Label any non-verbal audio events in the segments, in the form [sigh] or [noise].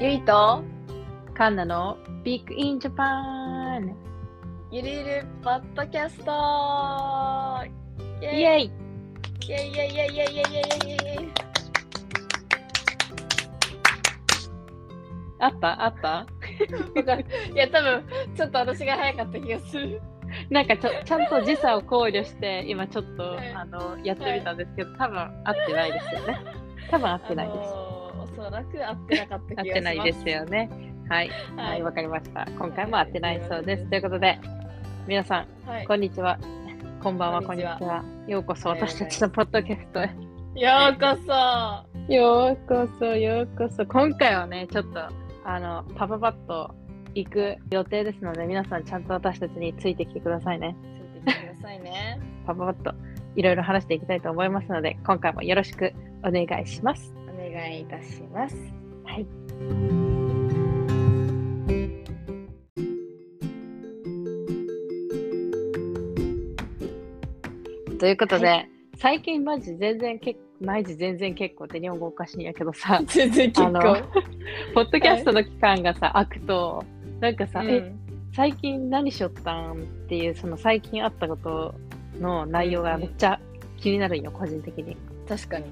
ゆいとカンナのビッグインジャパンゆるゆるポッドキャストイイェイエイイェイイェイイェイイェイイェイイェイイェイあったあったわかるいや、多分ちょっと私が早かった気がする。なんかちょちゃんと時差を考慮して今ちょっとはいあのやってみたんですけど多分合ってないですよね多分合ってないですあのーおそらく合ってなかった気が合しまっす。てないですよねはいははいいわ、。かりました今回も合ってないそうですということで皆さんはいこんにちはこんばんはここんんににちちははようこそおはようございます私たちのポッドキャストへようこ [laughs] そようこそようこそ今回はねちょっとあのパパパッと行く予定ですので皆さんちゃんと私たちについてきてくださいねついてきてくださいね。パパパッといろいろ話していきたいと思いますので今回もよろしくお願いしますお願いいたします。はいということで、 [laughs] は最近マジ全然結マジ全然結構って日本語おかしいんやけどさ全然結あの構。ポッドキャストの期間がさ、空くとなんかさ、うえん最近何しよったんっていうその最近あったことの内容がめっちゃ気になるんよ、個人的に確かに。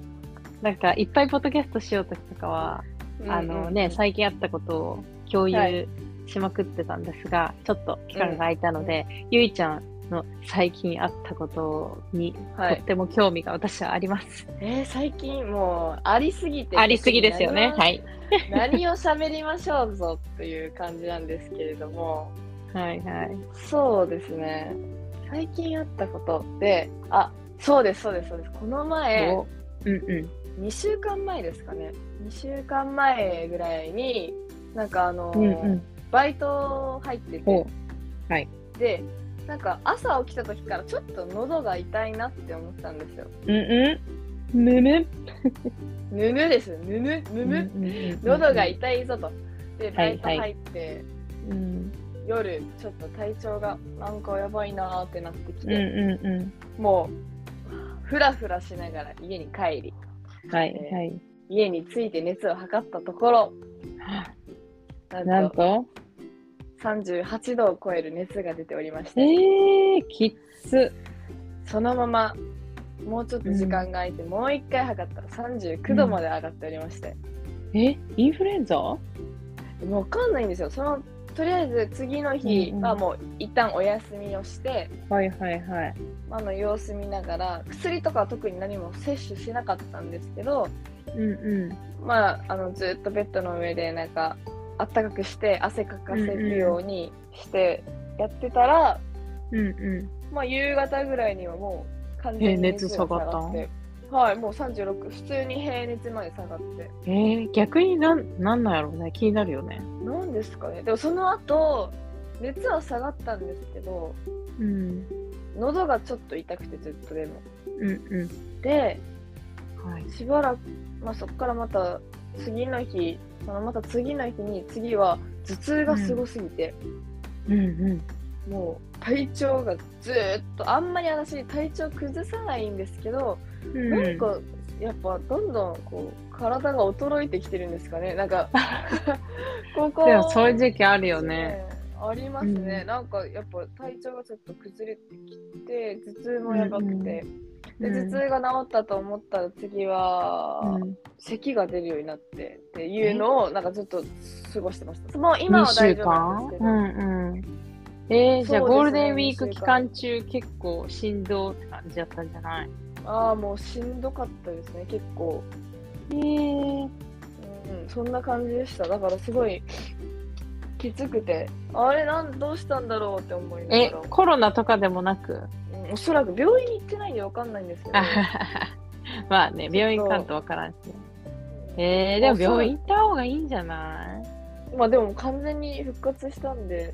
なんかいっぱいポッドキャストしようときとかは、あのね最近あったことを共はい有しまくってたんですが、ちょっと期間が空いたので、ゆいちゃんの最近あったことにはといっ、ても興味が私はあります、えー最近もうありすぎてありすぎですよね何をはい、 [laughs] 何を喋りましょうぞという感じなんですけれどもはいはいそうですね最近あったことであそうですそうですそうですこの前おうんう2週間前ですかね2週間前ぐらいになんかあのー、んうんうんバイト入っておてうはいでなんか朝起きた時からちょっと喉が痛いなって思ったんですようんうんむむぬぬですぬぬぬぬ、喉が痛いぞとでバイトはいは入って、うん夜ちょっと体調がなんかやばいなーってなってきうんて、うんうんもうふらふらしながら家に帰りはいえーはい。家に着いて熱を測ったところななんんとと、 38度を超える熱が出ておりましえて、ー、きっつ。そのままもうちょっと時間が空いて、もう一回測ったら39度まで上がっておりまして、え、インフルエンザもうわかんないんですよそのとりあえず次の日はもう一旦お休みをして、はいはいはい。あの様子見ながら薬とかは特に何も摂取しなかったんですけど、うんまあ、あのずっとベッドの上でなんかあったかくして汗かかせるようにしてやってたら、うん。うんうまあ、夕方ぐらいにはもう完全にえ熱下がったてはいもう36普通に平熱まで下がってん。えー、逆になん、なんなんやろうね。気になるよね。なんですかねでもその後熱は下がったんですけどうん。喉がちょっと痛くてずっとでもうんでうん。はい。しばらく、まあ、そこからまた次の日そのまた次の日に次は頭痛がすごすぎて、うんうん。もう体調がずーっとあんまり私体調崩さないんですけど、なんかやっぱどんどんこう体が衰えてきてるんですかねなん [laughs] かここでもそういう時期あるよね。ありますね、うんなんかやっぱ体調がちょっと崩れてきて頭痛もやばくて、うんうんでうん頭痛が治ったと思ったら次は、うん咳が出るようになってっていうのをなんかずっと過ごしてました。もう今は大丈夫なんですけうど、んうん。えそうー、じゃあですねゴールデンウィーク二週間期間中結構振動って感じだったんじゃないああもうしんどかったですね結構、えー、うん、そんな感じでしただからすごいきつくてあれなんどうしたんだろうって思いなえがら、、コロナとかでもなくうんおそらく病院に行ってないんでわかんないんですけどあ、はははまあね、病院行かんとわからんしね。えー、でも病院行った方がいいんじゃないまあでも完全に復活したんで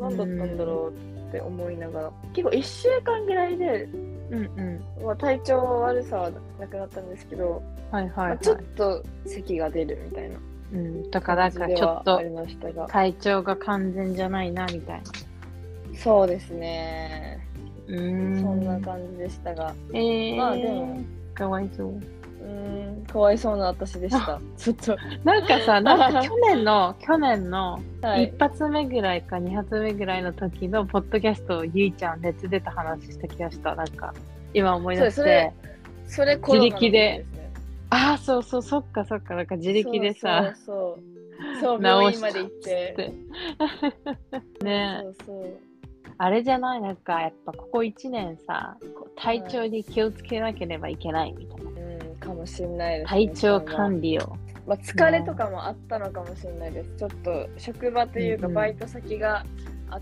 何だったんだろうって思いながら結構1週間ぐらいで、うんうまあ、体調悪さはなくなったんですけどん。はいはい、まはあいちょっと咳が出るみたいなうん。とか、感なんじかでちょはっあとりましたが体調が完全じゃないな、みたいな。そうですねうーん。そんな感じでしたがえー、まあでも。かわいそう。うーん、かわいそうな私でした。ちょっと、なんかさ、なんか去 [laughs] 年の、去年のはい一。発目ぐらいか二発目ぐらいの時のポッドキャストをゆいちゃん熱出た話した気がした。なんか、今思い出して。そうですそれコロナの時すね。ああ、そうそう、そっかそっか、なんか自力でさ、そうそうそう。そう、直病し院たまっでつ行って。って。ねえそうそう。あれじゃないなんか、やっぱここ1年さ、こう体調に気をつけなければいけないみたいな。うん、かもしれないです、ね。体調管理を。まあ、疲れとかもあったのかもしれないです。ちょっと職場というかうんうんバイト先が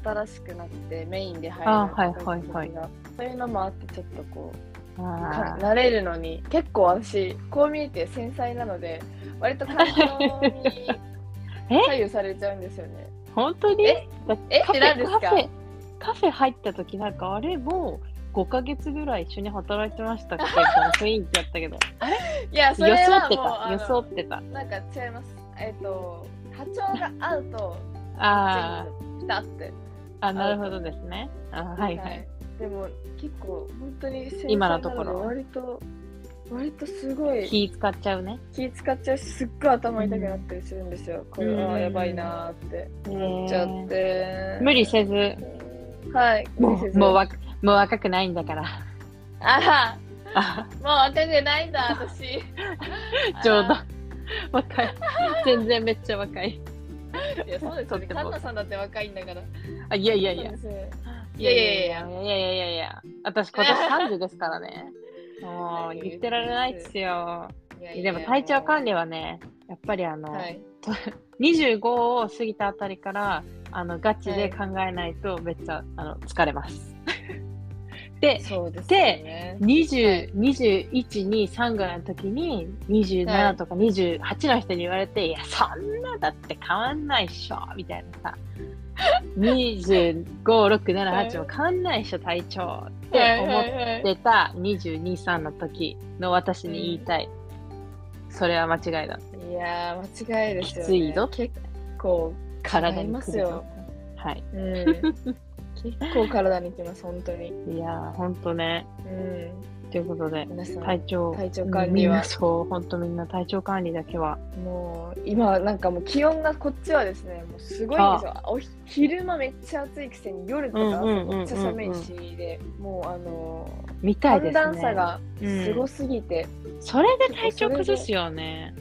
新しくなってメインで入るあはいはいはいそういうのもあってちょっとこうかあ慣れるのに結構私こう見えて繊細なので割と感情に [laughs] え左右されちゃうんですよね。ー本当にえだえカフってェ何ですかカフェカフェ入った時なんか、あれもう5ヶ月ぐらい一緒に働いてましたっけこの雰囲気だったけど。いや [laughs] そ予れ想はってもうた。あ予想っのてた。なんか違います。えっ、と波長が合うとあピタって。ーあ、なるほどですね。あーはいはい。でも結構本当に繊細今なののととこころろ割と割とすごい気使っちゃうね。気使っちゃうしすっごい頭痛くなったりするんですよ、これうはんやばいなーって思っちゃって、無理せず、はいも無理せうずもうわもう若くないんだから。あはあもう若くないんだ [laughs] 私冗あ談。若い。全然めっちゃ若い。ーいやそうですとよっねてもカンナさんだって若いんだからあ、いやいやそいうやで。すねいいややいいややいやいやいやいやいやいや。私今年30ですからね。もう言ってられないっすよ。いやいやでも体調管理はね、やっぱりあの、はい25を過ぎたあたりから、あの、ガチで考えないとめっちゃ、あの、疲れます。で、そうですよね20、21、2、3ぐらいの時に、27とか28の人に言われて、い、や、そんなだって変わんないっしょみたいなさ、25、6、7、8も変わんないっしょ、体調って思っはいてた22、3の時の私に言いたい。それは間違いだ。いやー間違いですよ、ね、きついぞ結構体になりますよ来るぞ。はい。うん結構体にきます本当に、いやー、ほんとね。うん、ということで、皆さん体調、体調管理はみんなそう、ほんとみんな体調管理だけは。もう今なんかもう気温がこっちはですねもうすごいんですよおひ昼間めっちゃ暑いくせに夜とかうんうんめうんうんうんっちゃ寒いしでもうあのーみたいで寒すね。暖差がすごうんすぎて、それで体調崩すよね。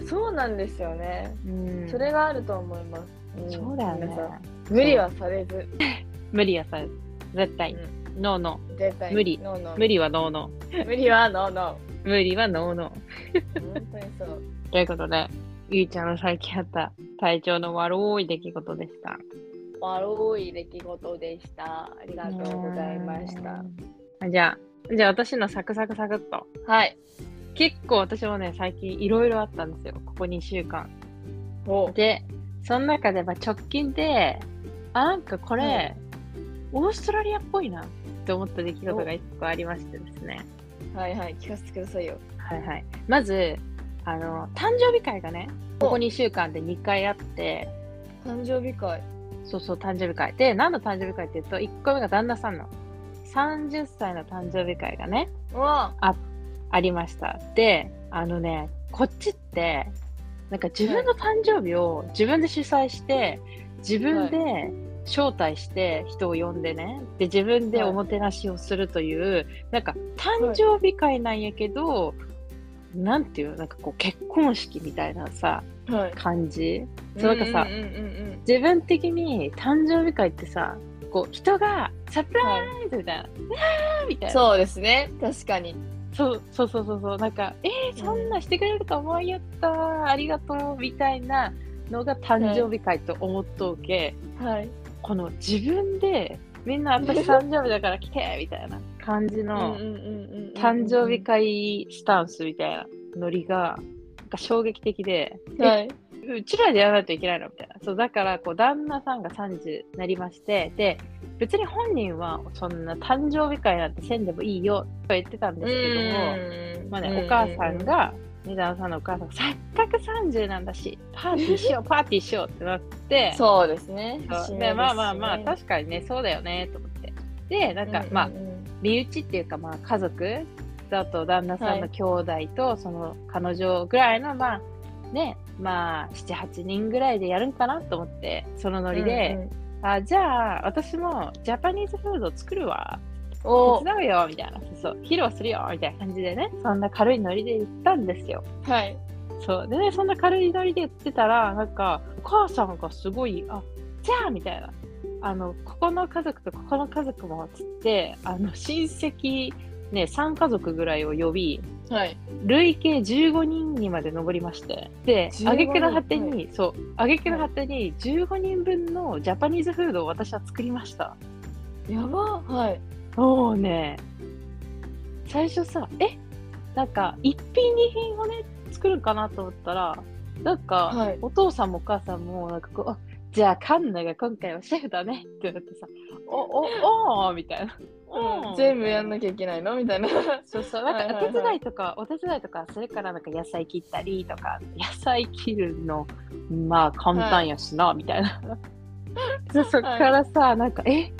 うんそうなんですよね、うんそれがあると思います、んそうだよね皆さん。無理はされず無理やさ、絶対。ノーノ絶対無理ノーノー。ー無理はノーノ無理はノーノー。無理はノーノー本当にそうー。ということで、ゆいちゃんの最近あった体調の悪い出来事でした。あ悪い出来事でした。ありがとうございました。。じゃあ、じゃあ私のサクサクサクっと。はい。結構私もね、最近いろいろあったんですよ。ここ2週間。おで、その中でまあ直近で、あ、なんかこれ、オーストラリアっぽいなって思った出来事が1個ありましてですね。はいはい、聞かせてくださいよ。はいはい、まずあの誕生日会がねここ2週間で2回あって誕生日会。そうそう誕生日会で何の誕生日会っていうと1個目が旦那さんの30歳の誕生日会がねうわありましたであのねこっちってなんか自分の誕生日を自分で主催して自分で招待して人を呼んでねで自分でおもてなしをするという、なんか誕生日会なんやけど、なんていうなんかこう結婚式みたいなさはい。感じそうなんかさうんうんうん自分的に誕生日会ってさこう人がサプうん。ラはいイズみたいな、わーみたいなそうですね、確かに。そうそうそうそうそうなんかえー、そんなんしてくれると思いやったーありがとうみたいなのが誕生日会と思っとうけ、はい。この自分でみんな私誕生日だから来てみたいな感じのうんうんうんうん誕生日。会スタンスみたいなノリがなんか衝撃的で、はい。えうちらでやらないといけないのみたいなそうだからこう旦那さんが30になりましてで別に本人はそんな誕生日会なんてせんでもいいよと言ってたんですけども。まあね、お母さんが、ね、旦那さんのお母さんが、せっかく30なんだし、パーティーしよう、パーティーしようってなって、そうですね。そうでまあまあまあ、確かにね、そうだよね、と思って。で、なんか、まあ、身内っていうか、まあ、家族とあと旦那さんの兄弟とその彼女ぐらいの、まあねまあ78人ぐらいでやるんかなと思ってそのノリで、うんうんあじゃあ私もジャパニーズフード作るわ手お伝うよみたいなそう披露するよみたいな感じでねそんな軽いノリで行ったんですよはいそうでねそんな軽いノリで言ってたらなんかお母さんがすごい「あじゃあ」みたいなあのここの家族とここの家族もつってあの親戚ね3家族ぐらいを呼びはい累計15人にまで上りましてで15人挙句の果てに、そう挙句の果てに15人分のジャパニーズフードを私は作りましたやばはいもうね最初さえなんか1品2品をね作るかなと思ったらなんか、はいお父さんもお母さんもなんかこうあじゃあカンナが今回はシェフだねってなってさおおおーみたいな、うん全部やんななきゃいけないのみたいな [laughs] そうそうなんかはいはいはいお手伝いとか、お手伝いとかそれからなんか野菜切ったりとか野菜切るのまあ簡単やしな、みたいな [laughs] そうそっからさ、なんかえ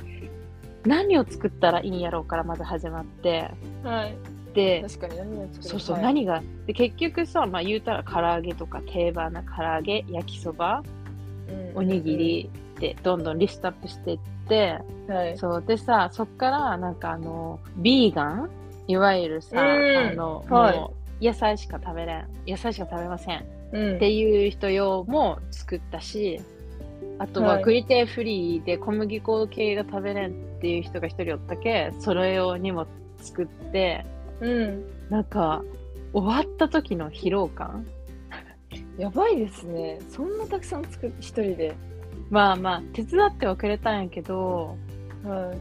何を作ったらいいんやろうからまず始まってはいで確かに何を作るそうそう、はい何がで結局さ、まあ、言うたら唐揚げとか定番な唐揚げ焼きそばうんおにぎりってどんどんリストアップしていって、はいそうでさそっからなんかあのビーガンいわゆるさ、うんあの、はいもう野菜しか食べれん野菜しか食べませんっうんていう人用も作ったしあとははいグリテンフリーで小麦粉系が食べれんっていう人が一人おったけそれ用にも作ってうんなんか終わった時の疲労感やばいですねそんなたくさん作って一人でまあまあ手伝ってはくれたんやけどは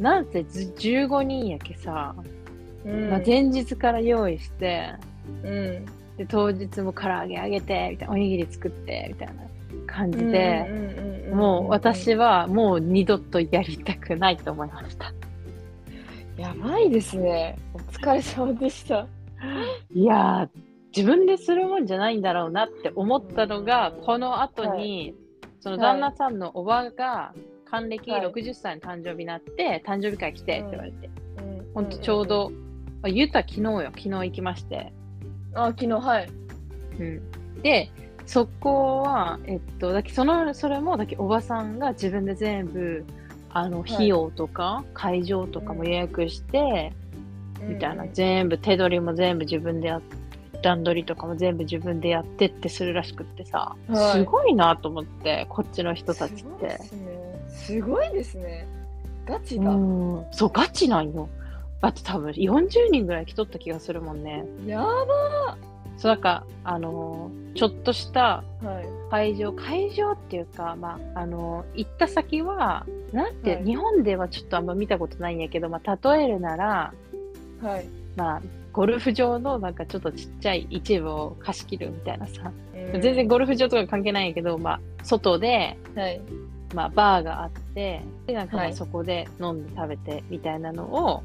なんせず15人やけさ、いうんまあ、前日から用意してうんで当日も唐揚げあげてみたいなおにぎり作ってみたいな感じで、うんうんうんうんうんもう私はもう二度とやりたくないと思いましたやばいですねお疲れ様でしたいやー自分でするもんじゃないんだろうなって思ったのがうんこの後に、その旦那さんのおばが還暦はい60歳の誕生日になって、誕生日会来てって言われて、うんほんとちょうど、あ言うたら昨日よ昨日行きまして、あ昨日はいうん、でそこは、えっと、だけそのそれもだけおばさんが自分で全部あのい費用とか会場とかも予約して、みたいな、うんうん全部手取りも全部自分でや段取りとかも全部自分でやってってするらしくってさ、はいすごいなと思ってこっちの人たちっすごいてで。すねすごいですねガチうだ、ん、そうガチなんよだって多分40人ぐらい来とった気がするもんねやばそうなんかあのーちょっとしたはい会場会場っていうか、まあ、あの行った先はなんて、はい日本ではちょっとあんま見たことないんやけど、まあ、例えるなら、はいまあ、ゴルフ場のなんかちょっとちっちゃい一部を貸し切るみたいなさ、うん全然ゴルフ場とか関係ないんやけど、まあ、外で、はいまあ、バーがあってでなんかまあはいそこで飲んで食べてみたいなのを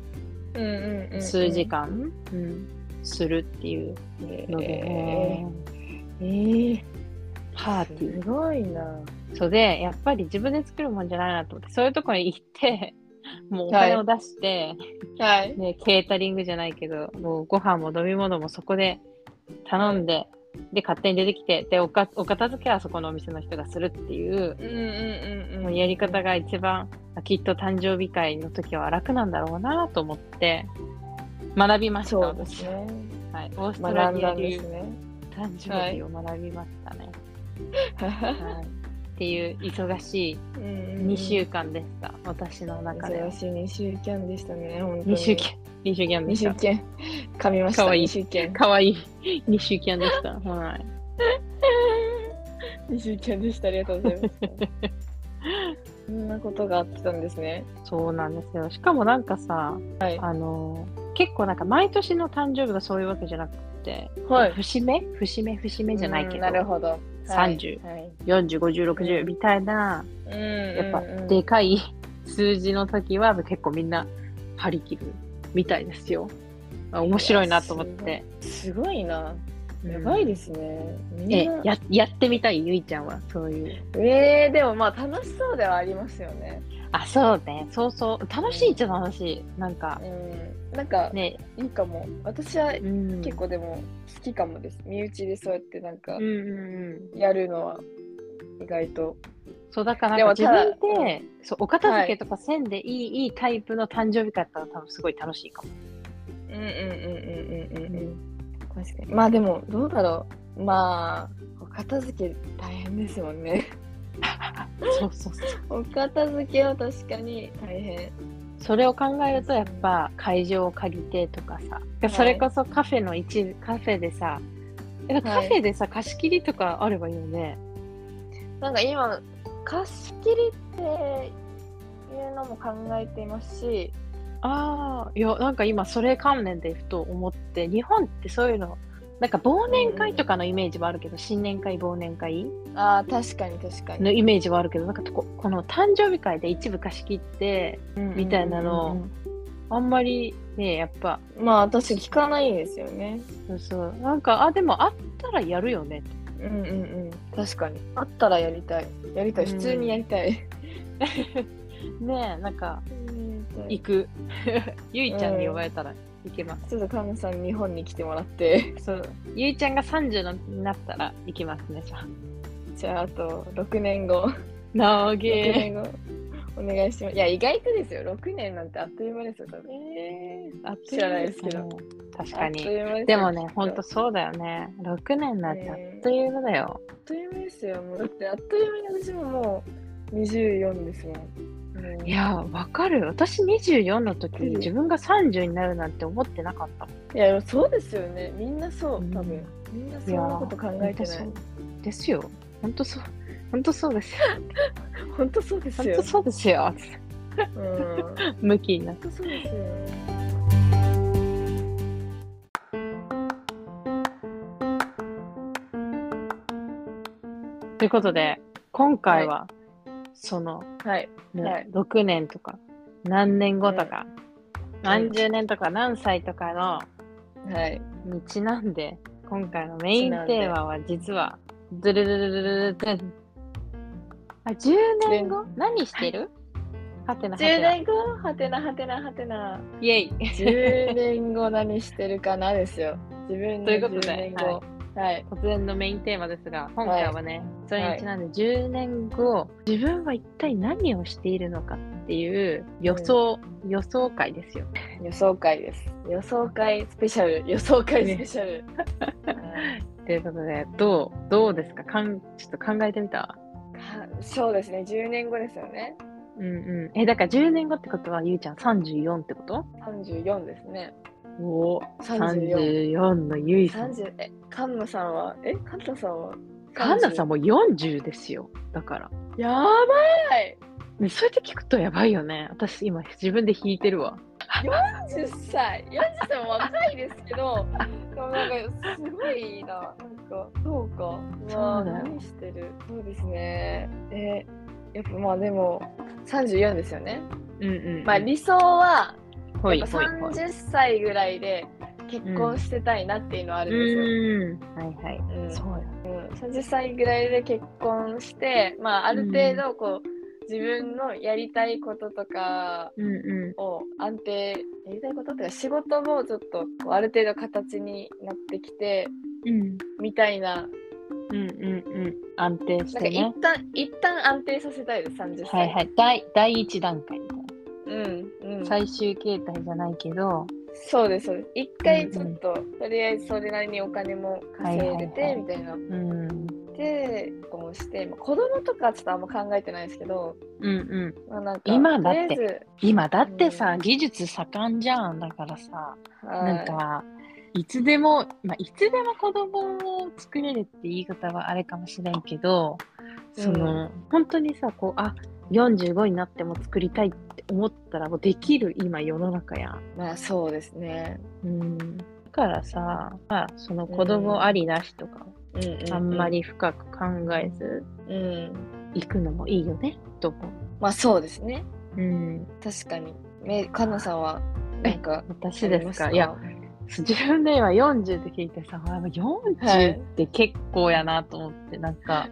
うんうんうんうん数時間、うんするっていうので、えー、えーパーティーすごいなそうでやっぱり自分で作るもんじゃないなと思ってそういうところに行って [laughs] もうお金を出して、はいね、ケータリングじゃないけどもうご飯も飲み物もそこで頼んで、で勝手に出てきてでおかお片付けはそこのお店の人がするっていううんうんうんもううんやり方が一番きっと誕生日会の時は楽なんだろうなと思って学びましたそうですね私はい、オーストラ学んリアだんで流す [laughs] ね誕生日を学びました [laughs] ね、はい、っていう忙しい2 2週間でした、私の中では珍。しい2週間でしたね本当に2週間、2週間で二し週た。間噛みましたかわいい2週 [laughs] 間かわいい、2週間でした。はい。 2週間でしたありがとうございま [laughs] したそんなことがあってたんですねそうなんですよ。しかもなんかさ、はいあの、結構なんか毎年の誕生日がそういうわけじゃなくて、はい節目節目節目じゃないけど、うんなるほど30はいはい40、50、60みたいな、うんうんやっぱうんでかい数字の時は結構みんな張り切るみたいですよ。あ面白いなと思って。すごいなやうんばいですねみえんなややってみたいゆいちゃんはそういうえーでもまあ楽しそうではありますよねあそうねそうそう楽しいっちゃ楽しいなんかうんなんかね、いいかも私はうん、結構でも好きかもです身内でそうやってなんかうんうんうん。やるのは意外とそう、だからでなんもか自ただ分で、そう、お片付けとかせんでいい、い、いタイプの誕生日会だったら多分すごい楽しいかも。うんうんうんうんうんうんうん確かにまあでもどうだろうまあお片付け大変ですもんね [laughs] そうそうそう。お片付けは確かに大変それを考えるとやっぱ会場を借りてとかさ、それこそカフェの一部、カフェでさ、えカフェでさ、貸し切りとかあればいいよね。なんか今貸し切りっていうのも考えていますしああ、いや、なんか今それ関連でふと思って、日本ってそういうの、なんか忘年会とかのイメージもあるけど、新年会、忘年会あー確かに確かに、のイメージはあるけど、なんかここの誕生日会で一部貸し切って、みたいなのをうんうんあんまりね、やっぱ、うんまあ私聞かないですよねそうそう、なんか、あ、でもあったらやるよね。うんうんうん確かにあったらやりたいやりたいうん普通にやりたい、ねえ、なんか、い行く。 [laughs] ゆいちゃんに呼ばれたら行けます。ちょっとカムさん日本に来てもらって [laughs] そう、ゆいちゃんが30になったら行きますね、じゃあ。じゃああと6年後な6げ年後お願いしますいや意外とですよ6年なんてあっという間ですよ多分えー、あっと知らないですけどいう間だね。確かあっとに。いう間です [laughs] でよもね、ほんとそうだよね。6年なんてあっという間だよ。あっという間ですよもうだってあっという間に私ももう24ですもんもういやー、わかる。私24の時、うん自分が30になるなんて思ってなかった。いやでもそうですよねみんなそううん多分、みんなそんなこと考えてなほんとそいうですよ。本当そう。本当そうですよ。本当そうです本よ当そうですよ。うん向きになって。本当そうですよということで、今回は、その、はいねはい6年とか、何年後とか、何十年とか何歳とかのはいにちなんで、今回のメイちンなんでテーマは実は、ドゥルルルルルルルンあ、10年後何してるはてなはて10な。年後はてなはてなはてなイェイ。 10年後何してるかなですよ自分のということで10年後はい突然のメインテーマですが、今回はね、それにちなんで10年後、自分は一体何をしているのかっていう予想、予想会ですよ。予想会です予想会スペシャル予想会スペシャル、ということで、どう、どうですかかんちょっと考えてみたうんかそうですね10年後ですよねうんうん。え、だから10年後ってことは、ゆうちゃん34ってこと34ですねおお、 34 34のゆいさん。 30えカンナさんはえカンナさんはかんなさんんも40ですよ。だから。やばいねそうやって聞くとやばいよね。私今自分で弾いてるわ。 40歳40歳も若いですけどでもなんかすごいななんかそうかうわそうだよ何してるそうですねえーやっぱまあでも34ですよねうんうん。まあ理想はほいやっぱほいほい。 30歳ぐらいで結婚してたいなっていうのはあうるんですよ、ん。はいはい。うんそうよ。 30歳ぐらいで結婚して、まあ、ある程度こう、自分のやりたいこととかうんうを安定やりたいことっていうか仕事もちょっとこうある程度形になってきてん。うん。みたいなうんうんうん。安定しなんかて一ね。旦、一旦安定させたいです30歳はいはい。第第一段階みたいな。うん、うん、最終形態じゃないけど。そうですそうです一回ちょっと、とりあえずそれなりにお金も稼いではいはいはていみたいな、うん。うんでこうして、まあ、子供とかちょっとあんま考えてないですけど、うん。まあ、なんか今だってとりあえず今だってさ、技術盛んじゃん。だからさ、はいなんか、いつでも、まあ、いつでも子供を作れるって言い方はあれかもしれんけど、その、本当にさ、こう、あ、45になっても作りたいって思ったら、もうできる今世の中やん。まあそうですね、うんだからさ、まあ、その子供ありなしとか、うんううあんま、り深く考えずうん、行くのもいいよね、と思まあそうですねう。うん、確かに。めかなさんは、なんか、私ですか。あいりや、自分で今40って聞いてさ、あはい40って結構やなと思って、なんか、ま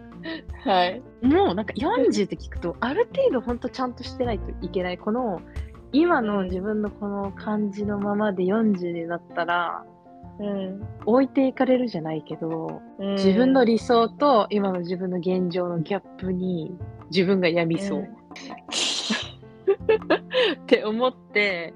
すか、はい。もうなんか40って聞くと、ある程度本当ちゃんとしてないといけない、この今の自分のこの感じのままで40になったら、うん置いていかれるじゃないけど、うん自分の理想と今の自分の現状のギャップに自分が病みそう。うんって思って、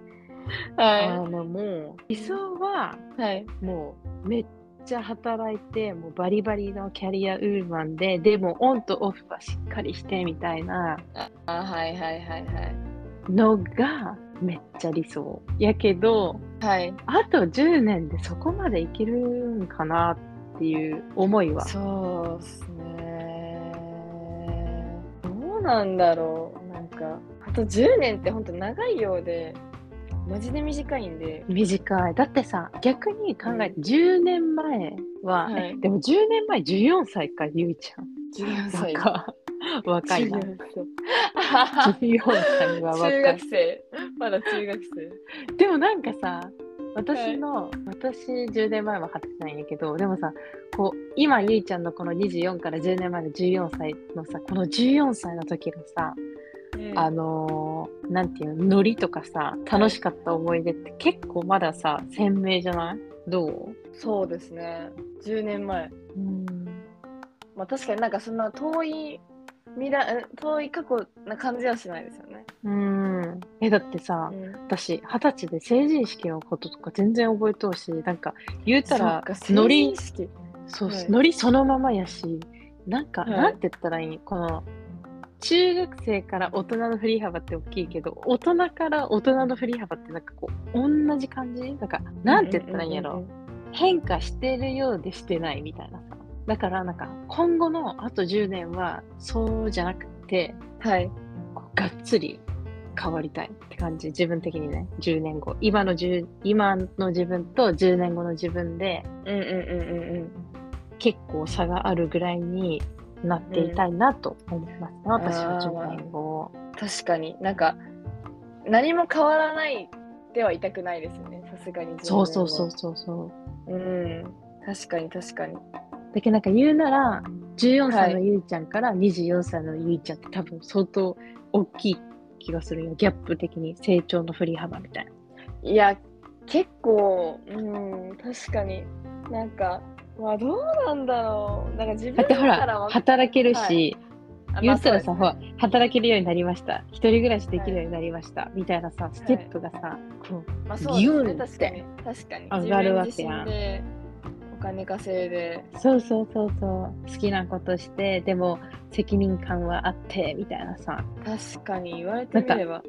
あはのもう理想はいはいもうめっちゃ働いてもうバリバリのキャリアウーマンででもオンとオフはしっかりしてみたいなあはいはいはいはいのがめっちゃ理想やけどはいあと10年でそこまでいけるんかなっていう思いはそうっすねどうなんだろうなんかあと10年って本当長いようでマジで短いんで短いだってさ逆に考えて、10年前は、はいでも10年前14歳かゆいちゃん14歳若若いな14歳 [laughs] 14歳は若中い学生まだ中学でもなんかさ私の、私10年前は二十歳なんやけどでもさこう今ゆいちゃんのこの24から10年前の14歳のさこの14歳の時のさ、生、あのーなんていうのノリとかさ楽しかった思い出って結構まださ鮮明じゃないどうそうですね10年前うんまあ確かになんかそんな遠い未来ん遠い過去な感じはしないですよね、うんえだってさ、うん、私二十歳で成人式のこととか全然覚えとうしなんか言うたそらうか成ノリ人式そう、はいノリそのままやし、なんか、はいなんて言ったらいいこの、中学生から大人の振り幅って大きいけど、大人から大人の振り幅ってなんかこう、同じ感じなんか、なんて言ったらいいんやうろん。変化してるようでしてないみたいなさ。だからなんか、今後のあと10年は、そうじゃなくて、はいこうがっつり変わりたいって感じ。自分的にね、10年後。今の10、今の自分と10年後の自分で、うんうんうんうんうん結構差があるぐらいになっていたいなと思いますね、私は10年後。確かになんか何も変わらないではいたくないですよねさすがに10年後そうそうそうそうそう。うん確かに確かにだけどなんか言うなら14歳のはいゆいちゃんから24歳のゆいちゃんって多分相当大きい気がするよギャップ的に成長の振り幅みたいな。いや結構うん確かになんかまあどうなんだろうなんか自分だってほからら働けるし、はいあ言ったらさ、まあほら働けるようになりました一人暮らしできるようになりました、みたいなさステップがさ、こうまあそうですねギュンっ確かてに確かに上がるわけ自分や自身でお金稼いでそうそうそうそう好きなことしてでも責任感はあってみたいなさ確かに言われてみれば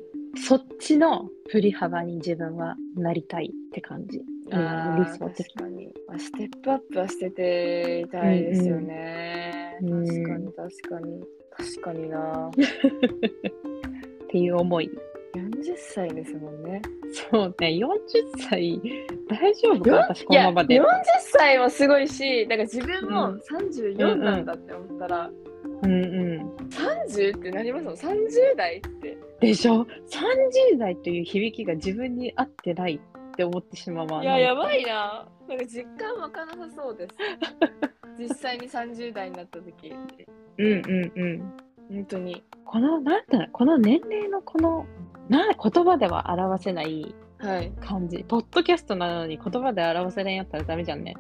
そっちの振り幅に自分はなりたいって感じ。あうーん理想的確かに、まあ、ステップアップはしてていたいですよね、うんうん確かに確かに確かになっていう思い。 40歳ですもんねそうね、40歳、大丈夫か私このままでいや。40歳もすごいしなんか自分うもん34なんだって思ったら、うんうん。 30ってなりますもん30代ってでしょ ?30 代という響きが自分に合ってないって思ってしまうわ。いややばい。いななんか実感わかなさそう [laughs] です実際に30代になった時うんうんうん。本当にこの、なんだ、この年齢のこの、な言葉では表せないはい感じ。ポッドキャストなのに言葉で表せないやったらダメじゃんね。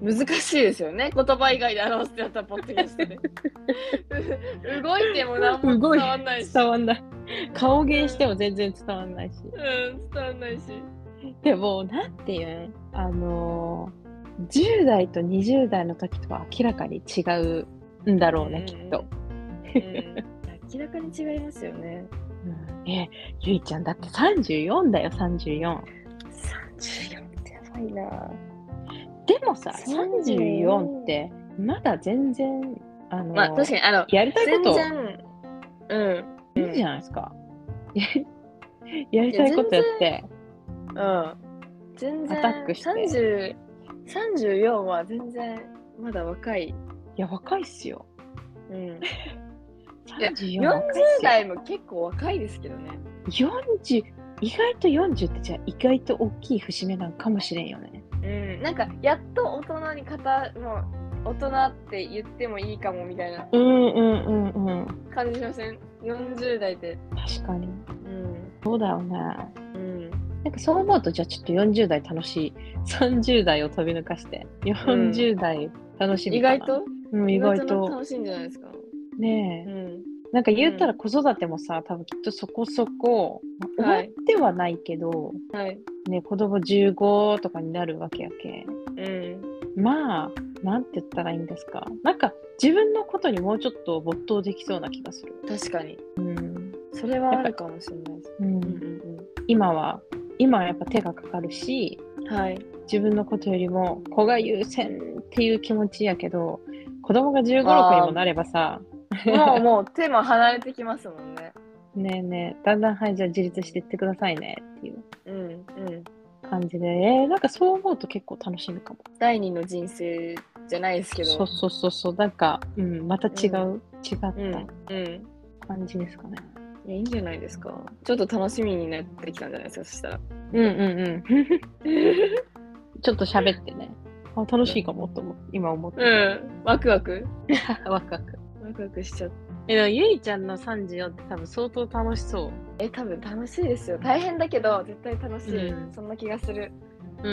難しいですよね言葉以外で表すってやったらポッドキャスト [laughs] でう動いても何も伝動いわんないし伝わんない。顔芸しても全然伝わんないし。うん伝わんないし [laughs] でも、なんていうんあのー、10代と20代の時とは明らかに違うんだろうね、うんきっと。うん明らかに違いますよねうんえ、ゆいちゃん、だって34だよ、34。 34ってやばいなでもさ、 34 34って、まだ全然、あのーまあ確かにあのやりたい全こと然うんいいじゃないですか。 [laughs] やりやりたいことやって。うん全然アタックして30 34は全然まだ若い、いや、若いっすよ。うん、や40 34若いっすよ代も結構若いですけどね40意外と40ってじゃあ意外と大きい節目なんかもしれんよね。うん、なんかやっと大人に方もう大人って言ってもいいかもみたいなうんうんうんうん。感じしません40代で確かに。うんそうだよね。うん、なんかそう思うと、じゃあちょっと40代楽しい。30代を飛び抜かして、40代楽しみ意かな、外とうん、意外意外と。楽しいんじゃないですか。ねうえ。ん、なんか言ったら子育てもさ、多分きっとそこそこ、まあは思いってはないけど、はい、ね、子供15とかになるわけやけ。うん、まあ、なんて言ったらいいんですか。なんか自分のことにもうちょっと没頭できそうな気がする。確かに。うん。それはあるかもしれないです。ううんん、今は、今はやっぱ手がかかるし、うんうん、はい、自分のことよりも子が優先っていう気持ちやけど、子供が15、あー6にもなればさ、もうもう手も離れてきますもんね。ねえねえ、だんだんはい、じゃあ自立していってくださいねっていううん、うん、感じで、えー、なんかそう思うと結構楽しみかも。第二の人生じゃないですけど。そうそうそうそう、なんか、うん、また違うう、違っうん、たうん。感じですかね。いやいいんじゃないですか。ちょっと楽しみになってきたんじゃないですか、そした [laughs] ら。うんうんうん。 [laughs] ちょっと喋ってね。あ楽しいかもと思って、今思って。うん、ワクワク [laughs] ワクワク。ワクワクしちゃった。え、でもゆいちゃんの34って多分相当楽しそう。え、多分楽しいですよ。大変だけど、絶対楽しい。うんそんな気がする。うん。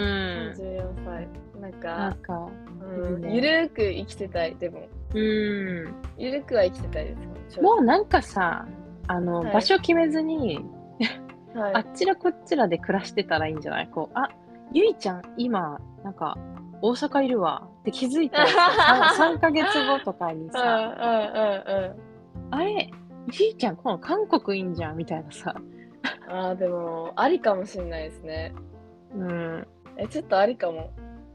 34歳。なんなかん、か、うんいいねゆるーく生きてたい、でも。うん。ゆるくは生きてたいです。もうなんかさ、あの、はい場所決めずに、う、はあい、っちらこっちらで暮らしてたらいいんじゃないこう、あ、ゆいちゃん、今、なんか、大阪いるわって気づ [laughs] いたらさ、3, ヶ月後とかにうんさ、うんうんうん。あれ、ゆいちゃん、この韓国いいんじゃんみたいなさ、ああ、でも、ありかもしれないですね。うん。え、ちょっとありかも。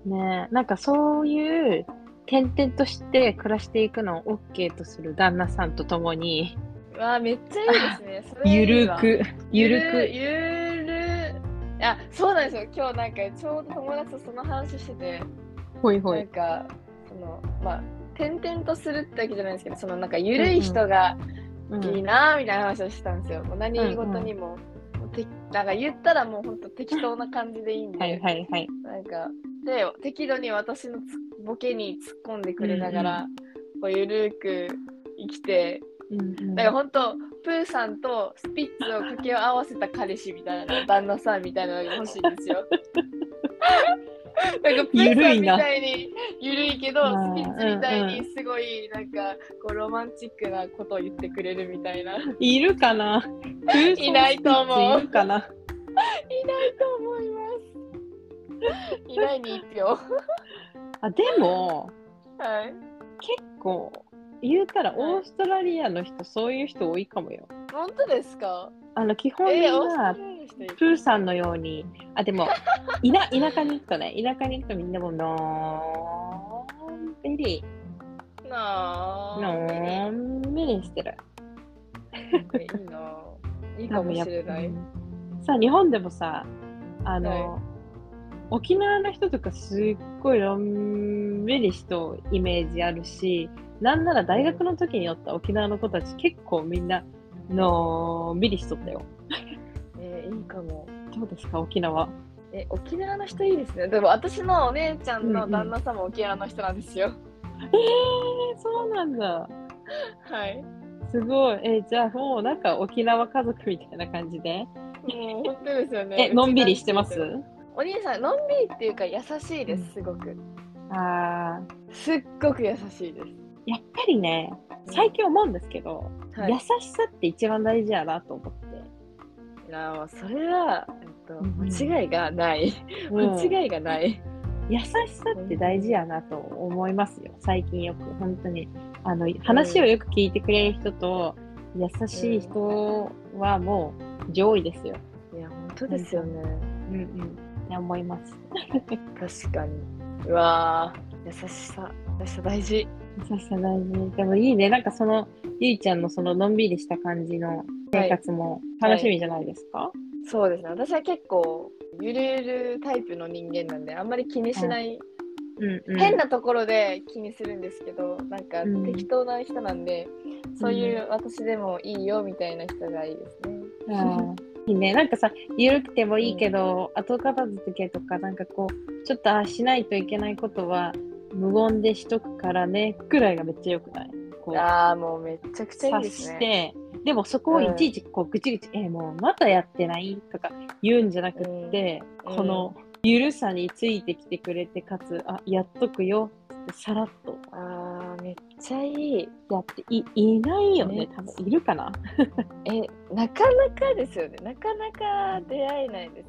ねえなんかそういう、転々として暮らしていくのを OK とする旦那さんと共に、わあ、めっちゃいい [laughs] ですね。それいゆいるわく、ゆゆるるゆるあそうなんですよ今日なんかちょうど友達とその話してて、く、ほいほなんい。かそのまあ転々とするってわけじゃないんですけどそのなんかゆるい人がうんいいなみたいな話をしてたんですよ、もう何事にも,、てなんか言ったらもうほんと適当な感じでいいんで、はいはいはい。なんかで適度に私のつボケに突っ込んでくれながら、こうゆるく生きてうんなんか本当プーさんとスピッツを掛け合わせた彼氏みたいな旦那さんみたいなのが欲しいんです [laughs] よ。なんかプーさんみたいにゆるいけどゆるいなスピッツみたいうんにすごいなんかこうロマンチックなことを言ってくれるみた [laughs] いな。いいるかな [laughs] いないと思ういるかなないと思います。いないに一票。あでもはい。結構言うたらオーストラリアの人そういう人多いかもよ。本当ですかあの基本みんえー、オーストなラリアの人いるプーさんのようにあでもいな [laughs] 田舎に行くとね田舎に行くとみんなもうのーんびりなあ。のんびりしてる。なんかいいなあ。いいかもしれない。うんさあ日本でもさあの、沖縄の人とかすっごいのんびりしたイメージあるしなんなら大学の時におった沖縄の子たち結構みんなのんびりしとったよ。えーいいかも。どうですか沖縄。え沖縄の人いいですねでも私のお姉ちゃんの旦那さんも沖縄の人なんですよ、 [laughs] えー、そうなんだ。はいすごい。えーじゃあもうなんか沖縄家族みたいな感じで。もう本当ですよねえ、のんびりしてますお兄さんのんびりっていうか優しいですすごくあーすっごく優しいでやっぱりね、最近思うんですけど、すはい優しさって一番大事やなと思って。なあもうそれは、えっと、うん間違いがない、うん間違いがない優しさって大事やなと思いますよ最近よく本当にあの話をよく聞いてくれる人と優しい人はもう上位ですよ、いや本当ですよねうんうん、って思います確かにうわあ優しさ優しさ大事優しさ大事でもいいねなんかそのゆいちゃんのそののんびりした感じの生活も楽しみじゃないですか、そうですね私は結構ゆるゆるタイプの人間なんであんまり気にしないうんうん変なところで気にするんですけど、なんかうん適当な人なんで、そういう私でもいいよみたいな人がいいですね。あーいいねなんかさゆるくてもいいけど、後片付けとかなんかこうちょっとあしないといけないことは無言でしとくからねくらいがめっちゃよくないこう、ああ、もうめっちゃくちゃいい察ですしね。て、でもそこをいちいちこうぐちぐち、えーもうまたやってないとか言うんじゃなくって、うんこのゆるさについてきてくれて、かつ、あ、やっとくよってさらっとああ、めっちゃいい。やっていいないよねね、多分いるかな。え、なかなかですよね。なかなか出会えないで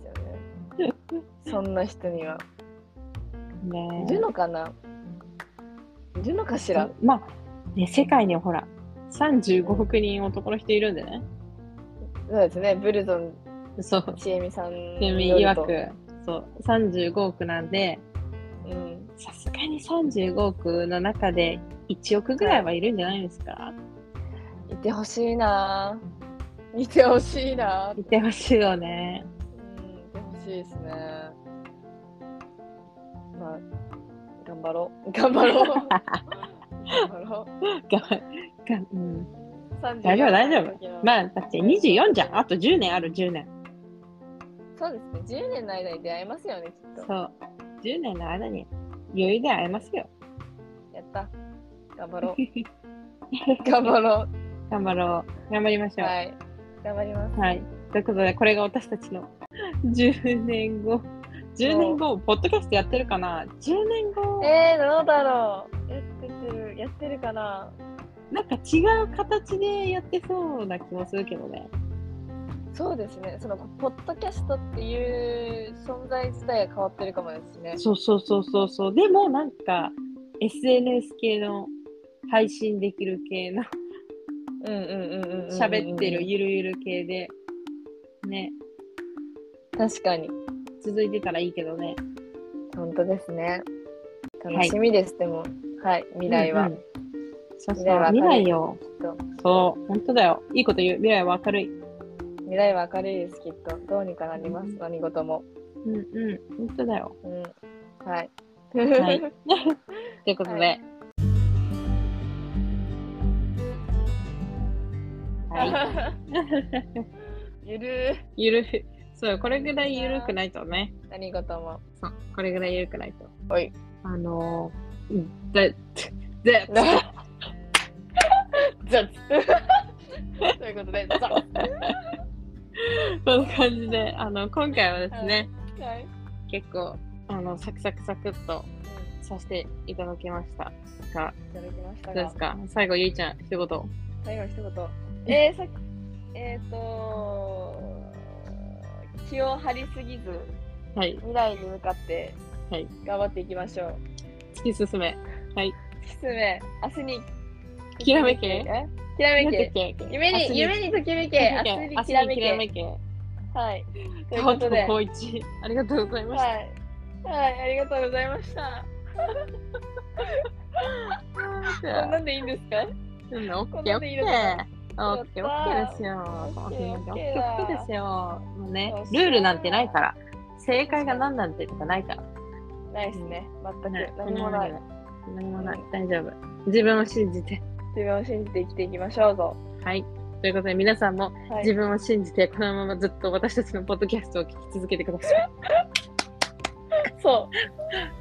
すよね。 [laughs] そんな人には。ねいるのかないるのかしらまあ、ね、世界にはほら、35億人男の人いるんでね。そうですね。ブルゾンそう。ちえみさんちなみにによる曰と。く、そう、35億なんで、うん。さすがに35億の中で1億ぐらいはいるんじゃないですか、いてほしいなぁ。いてほしいなぁ。い、てほしいよね。 [laughs] うん、いてほしいですね。まあ、頑張ろう。 [laughs] 頑張ろう。頑張ろう。ががうん、 34大丈夫大丈夫の時のまあ、だって24じゃん。あと10年ある、10年。そうですね。10年の間に出会えますよね、きっと。そう。10年の間に余裕で会えますよ。やった。頑張ろう。 [laughs] 頑張ろ頑張ろう。頑張りましう。ょう。はい。頑張ります。はい。ということで、これが私たちの [laughs] 10年後。10年後、ポッドキャストやってるかな ?10 年後、えー、どうだろう。やってる、やってるかな。なんか違う形でやってそうな気もするけどね。そうですね。その、ポッドキャストっていう存在自体が変わってるかもですね。そうそうそうそうそう。でもなんか SNS 系の配信できる系のうんうんうんうんうんうん。喋ってるゆるゆる系でね、確かに。続いてたらいいけどね。本当ですね。い楽しみです、でも。はい、未来は。うんうんそうそう未来は明るい未来よ。きっと。そう、本当だよ。いいこと言う。未来は明るい。未来は明るいです、きっと。どうにかなります、うん何事も。うんうん、本当だよ。うん。はい。はいということで。ははい。 [laughs] ゆるゆる、そう、これぐらいゆるくないとね。ー何事も。 [laughs] そう、これぐらいゆるくないと。おい。あのー、うんだ、 [laughs] で、ザッ [laughs] ということで、ザッ [laughs] こんな感じで、あの、今回はですね、はい。結構、あの、サクサクサクっとさせていただきましたが、いただきましたどうですが、か最後、ゆいちゃん、一言。最後一言。えー、さっき、えっ、ー、と気を張りすぎず、はい、未来に向かってはい頑張っていきましょう。突き進め。きつめ、明日にきらめけえきらめけ夢に夢ににときめきけ明日にきらめきらめけけ。はいという川こととでは光一、ありがとうございました。いはいありがとうございましたこんなんでいいんですかうん、オッこんケーなオッんでいいケのーか。オッケーオッケーですよ。オッケーオッケーだオッケーオッケーオッケーですよ。もうねよっ、しルゃーールなんてないから、正解が何なんてとかないから。ないですね全ねく何もない。何もない。大丈夫。自分を信じて。自分を信じて生きていきましょうぞはい。ということで、皆さんもはい自分を信じて、このままずっと私たちのポッドキャストを聞き続けてください。そ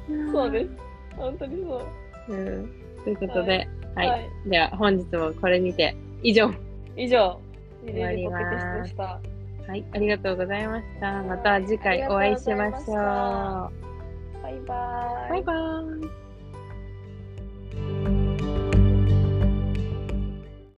うそうです本当にそうす。ん、ということで、は。はいい、では、本日もこれにて、以上。以上ミ終わレりルポまッードキャストすでしたはい。ありがとうございました。また次回お会いしましょう。バイバーイバイバーイ。